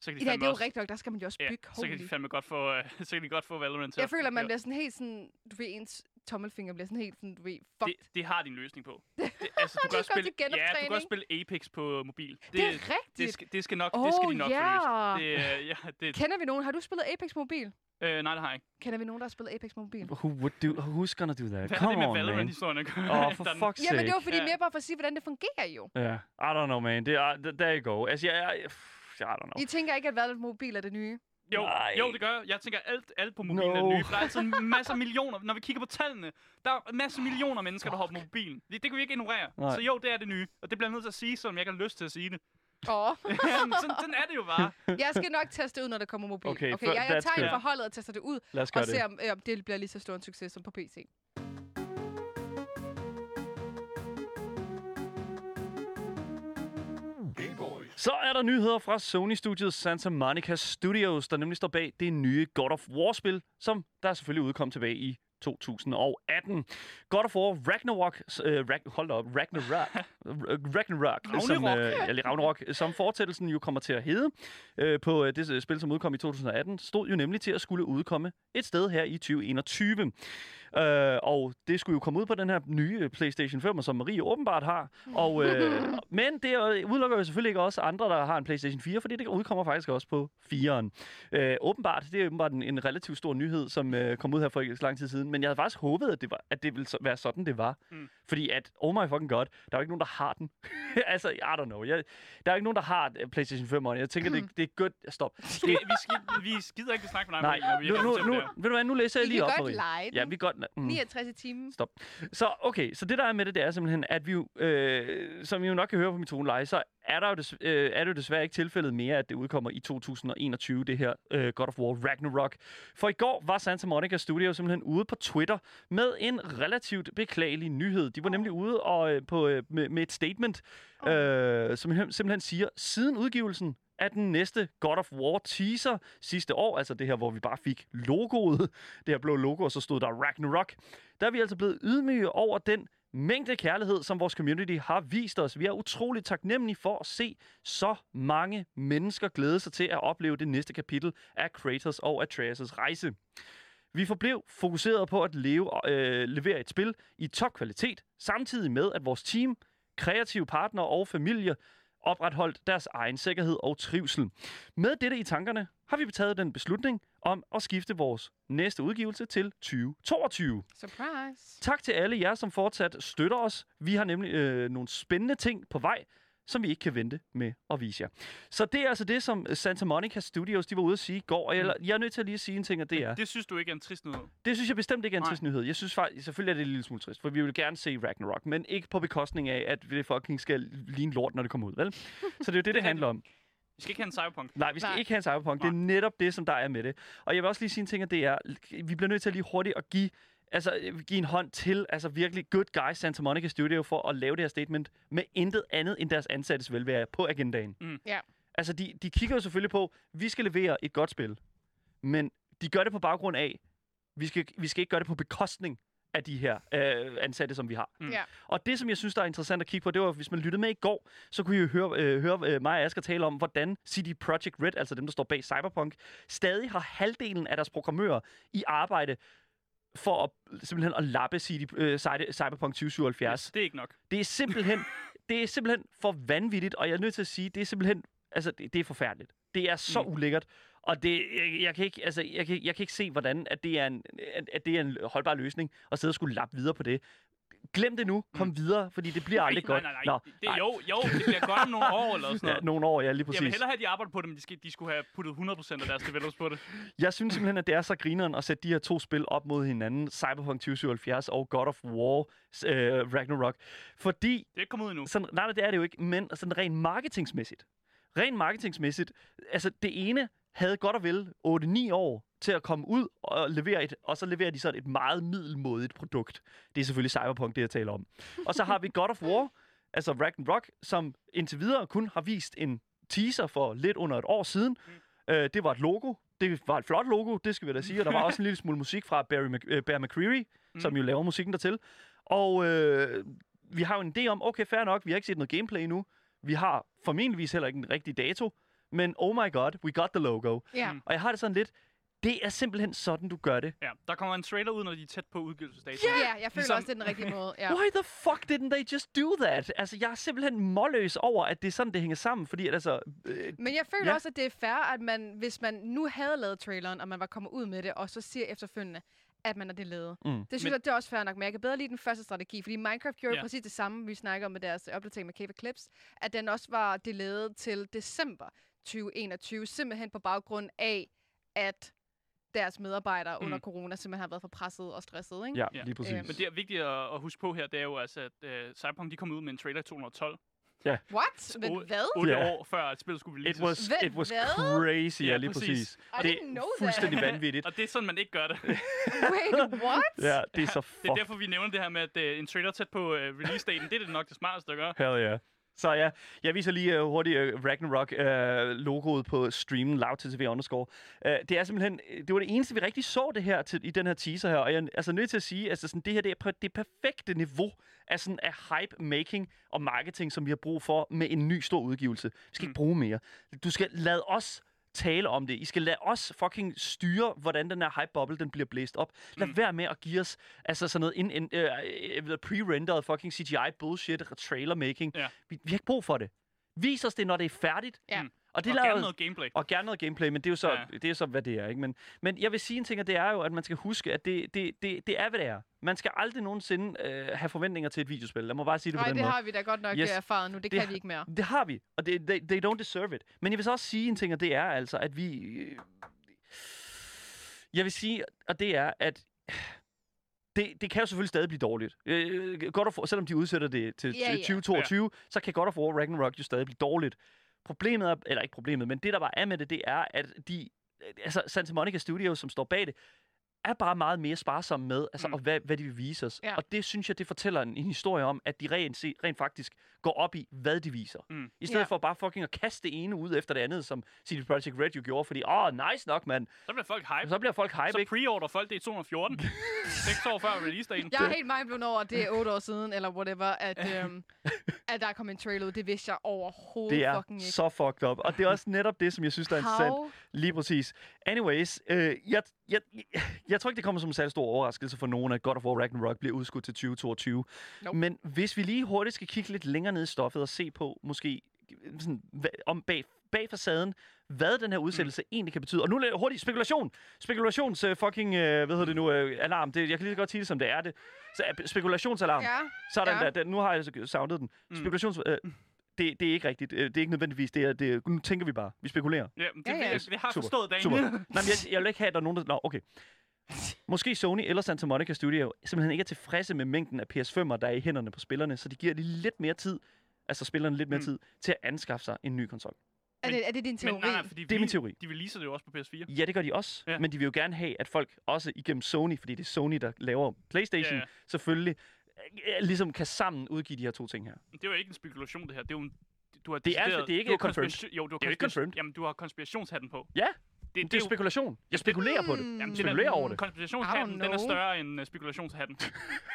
Så kan de Ja, det fandme er jo også, rigtigt nok, der skal man jo også Ja, bygge så kan de holy. fandme godt få, øh, *laughs* så kan de godt få Valorant til Jeg føler, man fungere. bliver sådan helt sådan, du ved, ens tommelfinger bliver sådan helt sådan, du ved, fuck. Det, det, det har de en løsning *laughs* på. Det, altså, du, De kan også går spille, til ja, du kan genoptræning. også spille Apex på mobil. Det, det, det er rigtigt. det, skal, det skal nok, det skal de Oh, nok ja. få løst. Det, øh, ja, det, Kender vi nogen? Har du spillet Apex Mobil? øh, nej, det har jeg ikke. Kender vi nogen, der har spillet Apex Mobil? Who would do, who's gonna do that? Hvad er Come det med on, man. Valorant-historien at *laughs* gøre? *laughs* Åh, oh, for Der er den- fuck's sake. Jamen, det var fordi Ja. mere bare for at sige, hvordan det fungerer jo. Ja, I don't know, man. Det er, th- there you go. Altså, jeg, jeg, pff, I don't know. I tænker ikke, at Valorant Mobil er det nye? Jo, Nej. jo, det gør jeg. Jeg tænker, alt, alt på mobilen no. er No. nye. Der er altså masser af millioner. Når vi kigger på tallene, der er masser af millioner af mennesker, der hopper på mobilen. Det, det kan vi ikke ignorere. Nej. Så jo, det er det nye. Og det bliver jeg nødt til at sige, selvom jeg ikke har lyst til at sige det. *laughs* Åh, oh, Jamen, sådan, sådan er det jo bare. jeg skal nok teste ud, når der kommer mobil. Okay, Okay, for- okay jeg, jeg that's tager good. en forholdet og tester det ud, Lad os gøre og ser, det. om, øh, om det bliver lige så stor en succes som på PC. Så er der nyheder fra Sony-studiet Santa Monica Studios, der nemlig står bag det nye God of War-spil, som der selvfølgelig udkom tilbage i 2018. God of War Ragnarok, øh, Rag, hold da op, Ragnarok, Ragnarok, som, Ragnarok. øh, eller Ragnarok, som fortsættelsen jo kommer til at hedde øh, på øh, det øh, spil, som udkom i 2018, stod jo nemlig til at skulle udkomme et sted her i 2021. Øh, og det skulle jo komme ud på den her nye øh, PlayStation 5, som Marie åbenbart har. Og, *laughs* øh, men det øh, udelukker jo selvfølgelig ikke også andre, der har en PlayStation 4, fordi det udkommer faktisk også på 4'eren. Øh, åbenbart, det er åbenbart en, en relativt stor nyhed, som øh, kom ud her for ikke så lang tid siden. Men jeg havde faktisk håbet, at det, var, at det ville så- være sådan, det var. Mm. Mm. Fordi at, oh my fucking god, der er jo ikke nogen, der har den. *laughs* altså, I don't know. Jeg, der er jo ikke nogen, der har øh, PlayStation 5'eren. Jeg tænker, det, det er godt. *laughs* Stop. Vi, vi, skid, vi skider ikke at snakke med dig, Nej, Marie, når vi nu, nu, har kommet til nu, det her. ved du hvad, nu læser jeg I lige kan op, godt Marie. lege den. Ja, vi kan godt... Mm. 69 i timen. Stop. Så okay, så det der er med det, det er simpelthen, at vi jo, øh, som I jo nok kan høre på min toneleje, så er, der jo des, øh, er det jo desværre ikke tilfældet mere, at det udkommer i 2021, det her øh, God of War Ragnarok. For i går var Santa Monica Studio simpelthen ude på Twitter med en relativt beklagelig nyhed. De var nemlig ude og, øh, på, øh, med, med et statement, øh, som hem- simpelthen siger, siden udgivelsen af den næste God of War teaser sidste år, altså det her, hvor vi bare fik logoet, det her blå logo, og så stod der Ragnarok, der er vi altså blevet ydmyge over den mængde kærlighed, som vores community har vist os. Vi er utroligt taknemmelige for at se så mange mennesker glæde sig til at opleve det næste kapitel af Kratos og Atreus' rejse. Vi forblev fokuseret på at leve, øh, levere et spil i topkvalitet, samtidig med at vores team, kreative partnere og familier opretholdt deres egen sikkerhed og trivsel. Med dette i tankerne har vi taget den beslutning om at skifte vores næste udgivelse til 2022. Surprise. Tak til alle jer, som fortsat støtter os. Vi har nemlig øh, nogle spændende ting på vej, som vi ikke kan vente med at vise jer. Så det er altså det, som Santa Monica Studios de var ude at sige i går. Og jeg, jeg er nødt til at lige at sige en ting, og det er... Det synes du ikke er en trist nyhed. Det synes jeg bestemt ikke er en Nej. trist nyhed. Jeg synes faktisk, selvfølgelig er det en lille smule trist, for vi vil gerne se Ragnarok, men ikke på bekostning af, at det fucking skal ligne lort, når det kommer ud, vel? Så det er jo det, det handler om. Vi skal ikke have en cyberpunk. Nej, vi skal Nej. ikke have en cyberpunk. Det er netop det, som der er med det. Og jeg vil også lige sige en ting, og det er, vi bliver nødt til lige hurtigt at give, altså, øh, give en hånd til altså virkelig good guys Santa Monica Studio for at lave det her statement med intet andet end deres ansattes velvære på agendaen. Mm. Ja. Altså, de, de kigger jo selvfølgelig på, vi skal levere et godt spil, men de gør det på baggrund af, vi skal, vi skal ikke gøre det på bekostning af de her øh, ansatte, som vi har. Mm. Ja. Og det, som jeg synes, der er interessant at kigge på, det var, hvis man lyttede med i går, så kunne I jo høre, øh, høre øh, mig og Asger tale om, hvordan CD Projekt Red, altså dem, der står bag Cyberpunk, stadig har halvdelen af deres programmører i arbejde for at, simpelthen at lappe CD, øh, Cy- Cyberpunk 2077. Det er ikke nok. Det er simpelthen, *laughs* det er simpelthen for vanvittigt, og jeg er nødt til at sige, det er simpelthen, altså det, det er forfærdeligt. Det er så Mm. mm. ulækkert, og det, jeg, jeg, kan ikke, altså, jeg, kan, jeg kan ikke se, hvordan at det, er en, at, at det er en holdbar løsning at sidde og skulle lappe videre på det. Glem det nu, kom mm. videre, fordi det bliver aldrig nej, godt. nej, nej. Nå, det, jo, jo, det bliver godt om nogle år eller sådan Ja, noget. nogle år, ja, lige jeg vil præcis. hellere have, at de arbejder på det, men de, skal, de skulle have puttet 100% af deres developers på det. Jeg synes simpelthen, at det er så grineren at sætte de her to spil op mod hinanden, Cyberpunk 2077 og God of War øh, Ragnarok, fordi Det er ikke kommet ud endnu. sådan, nej, nej, det er det jo ikke, men sådan rent marketingsmæssigt. Rent marketingsmæssigt, altså det ene havde godt og vel 8-9 år til at komme ud og levere et, og så leverer de sådan et meget middelmådigt produkt. Det er selvfølgelig Cyberpunk, det jeg taler om. Og så har vi God of War, altså Ragnarok, som indtil videre kun har vist en teaser for lidt under et år siden. Øh, det var et logo. Det var et flot logo, det skal vi da sige. Og der var også en lille smule musik fra Barry Mc, øh, Bear McCreary, mm. som jo laver musikken dertil. Og øh, vi har jo en idé om, okay, fair nok, vi har ikke set noget gameplay endnu. Vi har formentligvis heller ikke en rigtig dato. Men oh my god, we got the logo. Ja. Mm. Og jeg har det sådan lidt, det er simpelthen sådan, du gør det. Ja, der kommer en trailer ud, når de er tæt på udgivelsesdatoen. ja, jeg føler Ligesom- også, det er den rigtige måde. Ja. Why the fuck didn't they just do that? Altså, jeg er simpelthen målløs over, at det er sådan, det hænger sammen. Fordi at altså, øh, Men jeg føler ja. Ja. også, at det er fair, at man, hvis man nu havde lavet traileren, og man var kommet ud med det, og så siger efterfølgende, at man er det lavet. Mm. Det synes Men- jeg, det er også fair nok, men jeg kan bedre lide den første strategi, fordi Minecraft gjorde Ja. ja. præcis det samme, vi snakker om med deres opdatering med Cave Clips, at den også var delayet til december 2021, simpelthen på baggrund af, at deres medarbejdere Mm. mm. under corona simpelthen har været for presset og stresset, ikke? ja, Ja. lige præcis. Øhm, Men det er vigtigt at, at huske på her, det er jo altså, at øh, Cyberpunk de kom ud med en trailer i 212. What? Men O- hvad? 8 Ja. år før at spillet skulle It releases. was, Hvad- it was hvad? crazy, ja, ligesom- Ja, lige præcis. præcis. I Det didn't er know that. fuldstændig *laughs* vanvittigt. Og det er sådan, man ikke gør *laughs* det. Det *laughs* Wait, what? Ja, det er så er fuck derfor, vi nævner det her med, at øh, en trailer tæt på øh, release-daten, det er det nok det smarteste at gøre. Hell yeah. Så ja, jeg viser lige uh, hurtigt uh, Ragnarok-logoet på streamen loudtv underscore. Uh, det er simpelthen, det var det eneste, vi rigtig så det her til, i den her teaser her, og jeg er altså nødt til at sige, altså sådan, det her det er på det perfekte niveau af, sådan, af hype-making og marketing, som vi har brug for med en ny stor udgivelse. Vi skal ikke bruge mere. Du skal lade os tale om det. I skal lade os fucking styre, hvordan den her hype-bubble, den bliver blæst op. Lad mm. være med at give os altså sådan noget in, in, øh, øh, pre-rendered fucking CGI-bullshit, trailer-making. Ja. Vi, vi har ikke brug for det. Vis os det, når det er færdigt. Ja. Mm. Og det Det og lader gerne noget gameplay. og gerne noget gameplay, men det er jo så, Ja. ja. det er så hvad det er. Ikke? Men, men jeg vil sige en ting, og det er jo, at man skal huske, at det, det, det, det er, hvad det er. Man skal aldrig nogensinde øh, have forventninger til et videospil. Lad mig bare sige det Nej, på den det måde. har vi da godt nok Yes. yes. erfaret nu. Det, det Det kan har- vi ikke mere. Det har vi, og det, they, they don't deserve it. Men jeg vil så også sige en ting, og det er altså, at vi... øh, Jeg vil sige, og det er, at det, det kan jo selvfølgelig stadig blive dårligt. Øh, God of War, selvom de udsætter det til Ja, ja. 2022, så kan God of War Ragnarok jo stadig blive dårligt. Problemet er, eller ikke problemet, men det der bare er med det, det er, at de, altså Santa Monica Studios, som står bag det, er bare meget mere sparsomme med, altså, Mm. mm. og hvad, hvad de vil vise os. Ja. Og det synes jeg, det fortæller en, en historie om, at de rent, se- rent faktisk går op i, hvad de viser. Mm. I stedet Ja. ja. for bare fucking at kaste det ene ud efter det andet, som CD Projekt Red jo gjorde, fordi, åh, oh, nice nok, mand. Så bliver folk hype. Så bliver folk hype, Så ikke? preorder folk det i 214. 6 år før release-dagen. Jeg er helt mindblown over, at det er otte år siden, eller whatever, at, øhm, at der er kommet en trailer ud. Det vidste jeg overhovedet Det er fucking ikke. så fucked up. Og det er også netop det, som jeg synes, der er interessant. How? Lige præcis. Anyways, øh, jeg, jeg, jeg tror ikke, det kommer som en særlig stor overraskelse for nogen, at God of War Ragnarok bliver udskudt til 2022. Nope. Men hvis vi lige hurtigt skal kigge lidt længere ned i stoffet og se på, måske øh, sådan, hvad, om bag, bag facaden, hvad den her udsættelse mm. egentlig kan betyde. Og nu lidt hurtigt spekulation. Spekulations øh, fucking, øh, hvad hedder det nu, øh, alarm. Det, jeg kan lige så godt sige det, som det er det. Så, øh, spekulationsalarm. Ja. Sådan Ja. ja. der, den, nu har jeg så soundet den. Spekulations... Øh, det, det er ikke rigtigt. Øh, Det er ikke nødvendigvis. Det er, det er, nu tænker vi bare. Vi spekulerer. Ja, men det, Ja, ja. Vi, vi har Super, forstået dagen. Super. Nej, men jeg, jeg vil ikke have, at der er nogen, der... Nå, okay. Måske Sony eller Santa Monica Studio simpelthen ikke er tilfredse med mængden af PS5'er, der er i hænderne på spillerne, så de giver de lidt mere tid, altså spillerne lidt mere Mm. tid, til at anskaffe sig en ny konsol. Er det, er det din teori? Men nej, nej, fordi Det er min teori. De releaser det jo også på PS4. Ja, det gør de også, Ja. ja. men de vil jo gerne have, at folk også igennem Sony, fordi det er Sony, der laver PlayStation, ja, Ja, ja. ja. selvfølgelig, øh, ligesom kan sammen udgive de her to ting her. Det er jo ikke en spekulation, det her. Det er jo en, du har Det er- altså- decideret- det er ikke du har confirmed. konspiration- Jo, du har Det er jo ikke konspiration- confirmed. Jamen, du har konspirationshatten på. Ja, Det, det, Mm. det er jo spekulation. Jeg spekulerer på det. Jamen, den spekulerer der, over det. Konspirationshatten, I den don't er know. større end uh, spekulationshatten. Okay,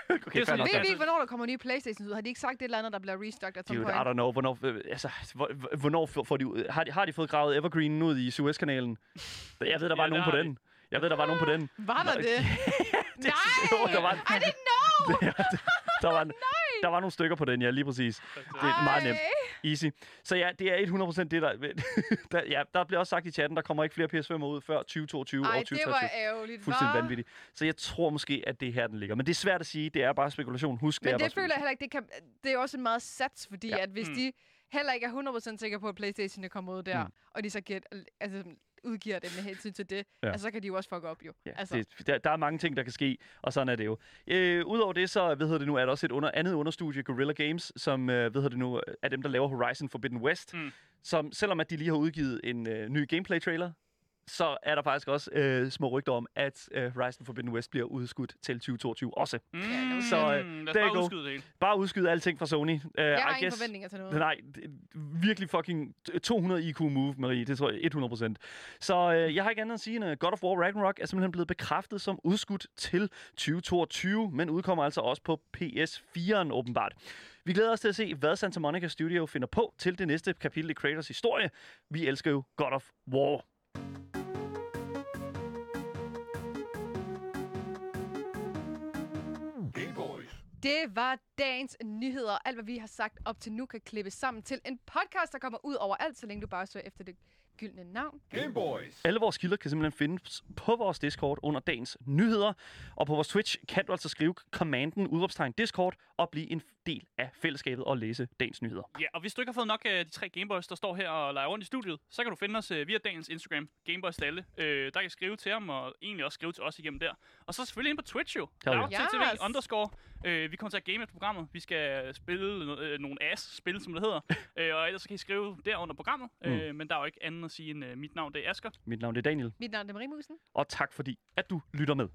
det er fair sådan nok. lidt- Ved vi altså- ikke, hvornår der kommer nye Playstation ud? Har de ikke sagt et eller andet, der bliver restocked at some Dude, point? I don't know. Hvornår, øh, altså, hvor- hvor- hvornår får får de, ud- har, de, har de fået gravet Evergreen ud i Suezkanalen? Jeg ved, der var Ja, nogen der på har den. Jeg ved, der var nogen *laughs* på den. Var der Nå, det? *laughs* Det- Nej! Jo, der var, I didn't know! *laughs* der, var, en- der var nogle stykker på den, ja, lige præcis. Det er meget nemt. Ej. Easy. Så ja, det er 100% det, der... *laughs* der, ja, der bliver også sagt i chatten, der kommer ikke flere PS5'er ud før 2022 og Ej, det 2023. var ærgerligt, Fuldstændig hva'? vanvittigt. Så jeg tror måske, at det er her, den ligger. Men det er svært at sige. Det er bare spekulation. Husk, det er Men bare det føler spekulation. jeg heller ikke, det, kan, det er også en meget sats, fordi ja. Ja. at hvis Mm. mm. de heller ikke er 100% sikre på, at Playstation er kommet ud der, mm. og de så giver, altså, udgiver det med hensyn til det, ja. Ja. altså, så kan de jo også fuck op jo. Ja, altså. altså. det, der, der er mange ting, der kan ske, og sådan er det jo. Øh, Udover det, så hvad hedder det nu, er der også et under, andet understudie, Guerrilla Games, som øh, hvad hedder det nu, er dem, der laver Horizon Forbidden West, Mm. mm. som selvom at de lige har udgivet en øh, ny gameplay-trailer, så er der faktisk også øh, små rygter om, at øh, Horizon Forbidden West bliver udskudt til 2022 også. Mm, Så, øh, lad os there you bare go. udskyde det hele. Bare udskyde alting fra Sony. Uh, jeg har ingen forventninger til noget. Nej, det- virkelig fucking 200 IQ move, Marie. Det tror jeg 100%. Så øh, jeg har ikke andet at sige, end at God of War Ragnarok er simpelthen blevet bekræftet som udskudt til 2022, men udkommer altså også på PS4'en åbenbart. Vi glæder os til at se, hvad Santa Monica Studio finder på til det næste kapitel i Kratos historie. Vi elsker jo God of War. Det var dagens nyheder. Alt, hvad vi har sagt op til nu, kan klippes sammen til en podcast, der kommer ud overalt, så længe du bare søger efter det gyldne navn. Alle vores kilder kan simpelthen findes på vores Discord under dagens nyheder. Og på vores Twitch kan du altså skrive kommanden udropstegn Discord og blive en del af fællesskabet og læse dagens nyheder. Ja, og hvis du ikke har fået nok af de tre Gameboys, der står her og leger rundt i studiet, så kan du finde os øh, via dagens Instagram, Gameboys Dalle. Øh, der kan I skrive til ham, og egentlig også skrive til os igennem der. Og så selvfølgelig ind på Twitch jo. Ja, ja. Loud Yes. underscore. Øh, vi kommer til at game efter programmet. Vi skal spille no- øh, nogle ass-spil, som det *laughs* hedder. øh, og ellers så kan I skrive der under programmet. Mm. Øh, men der er jo ikke andet at sige end, øh, mit navn det er Asger. Mit navn er Daniel, Mit navn er Marie Musen. og tak fordi, at du lytter med.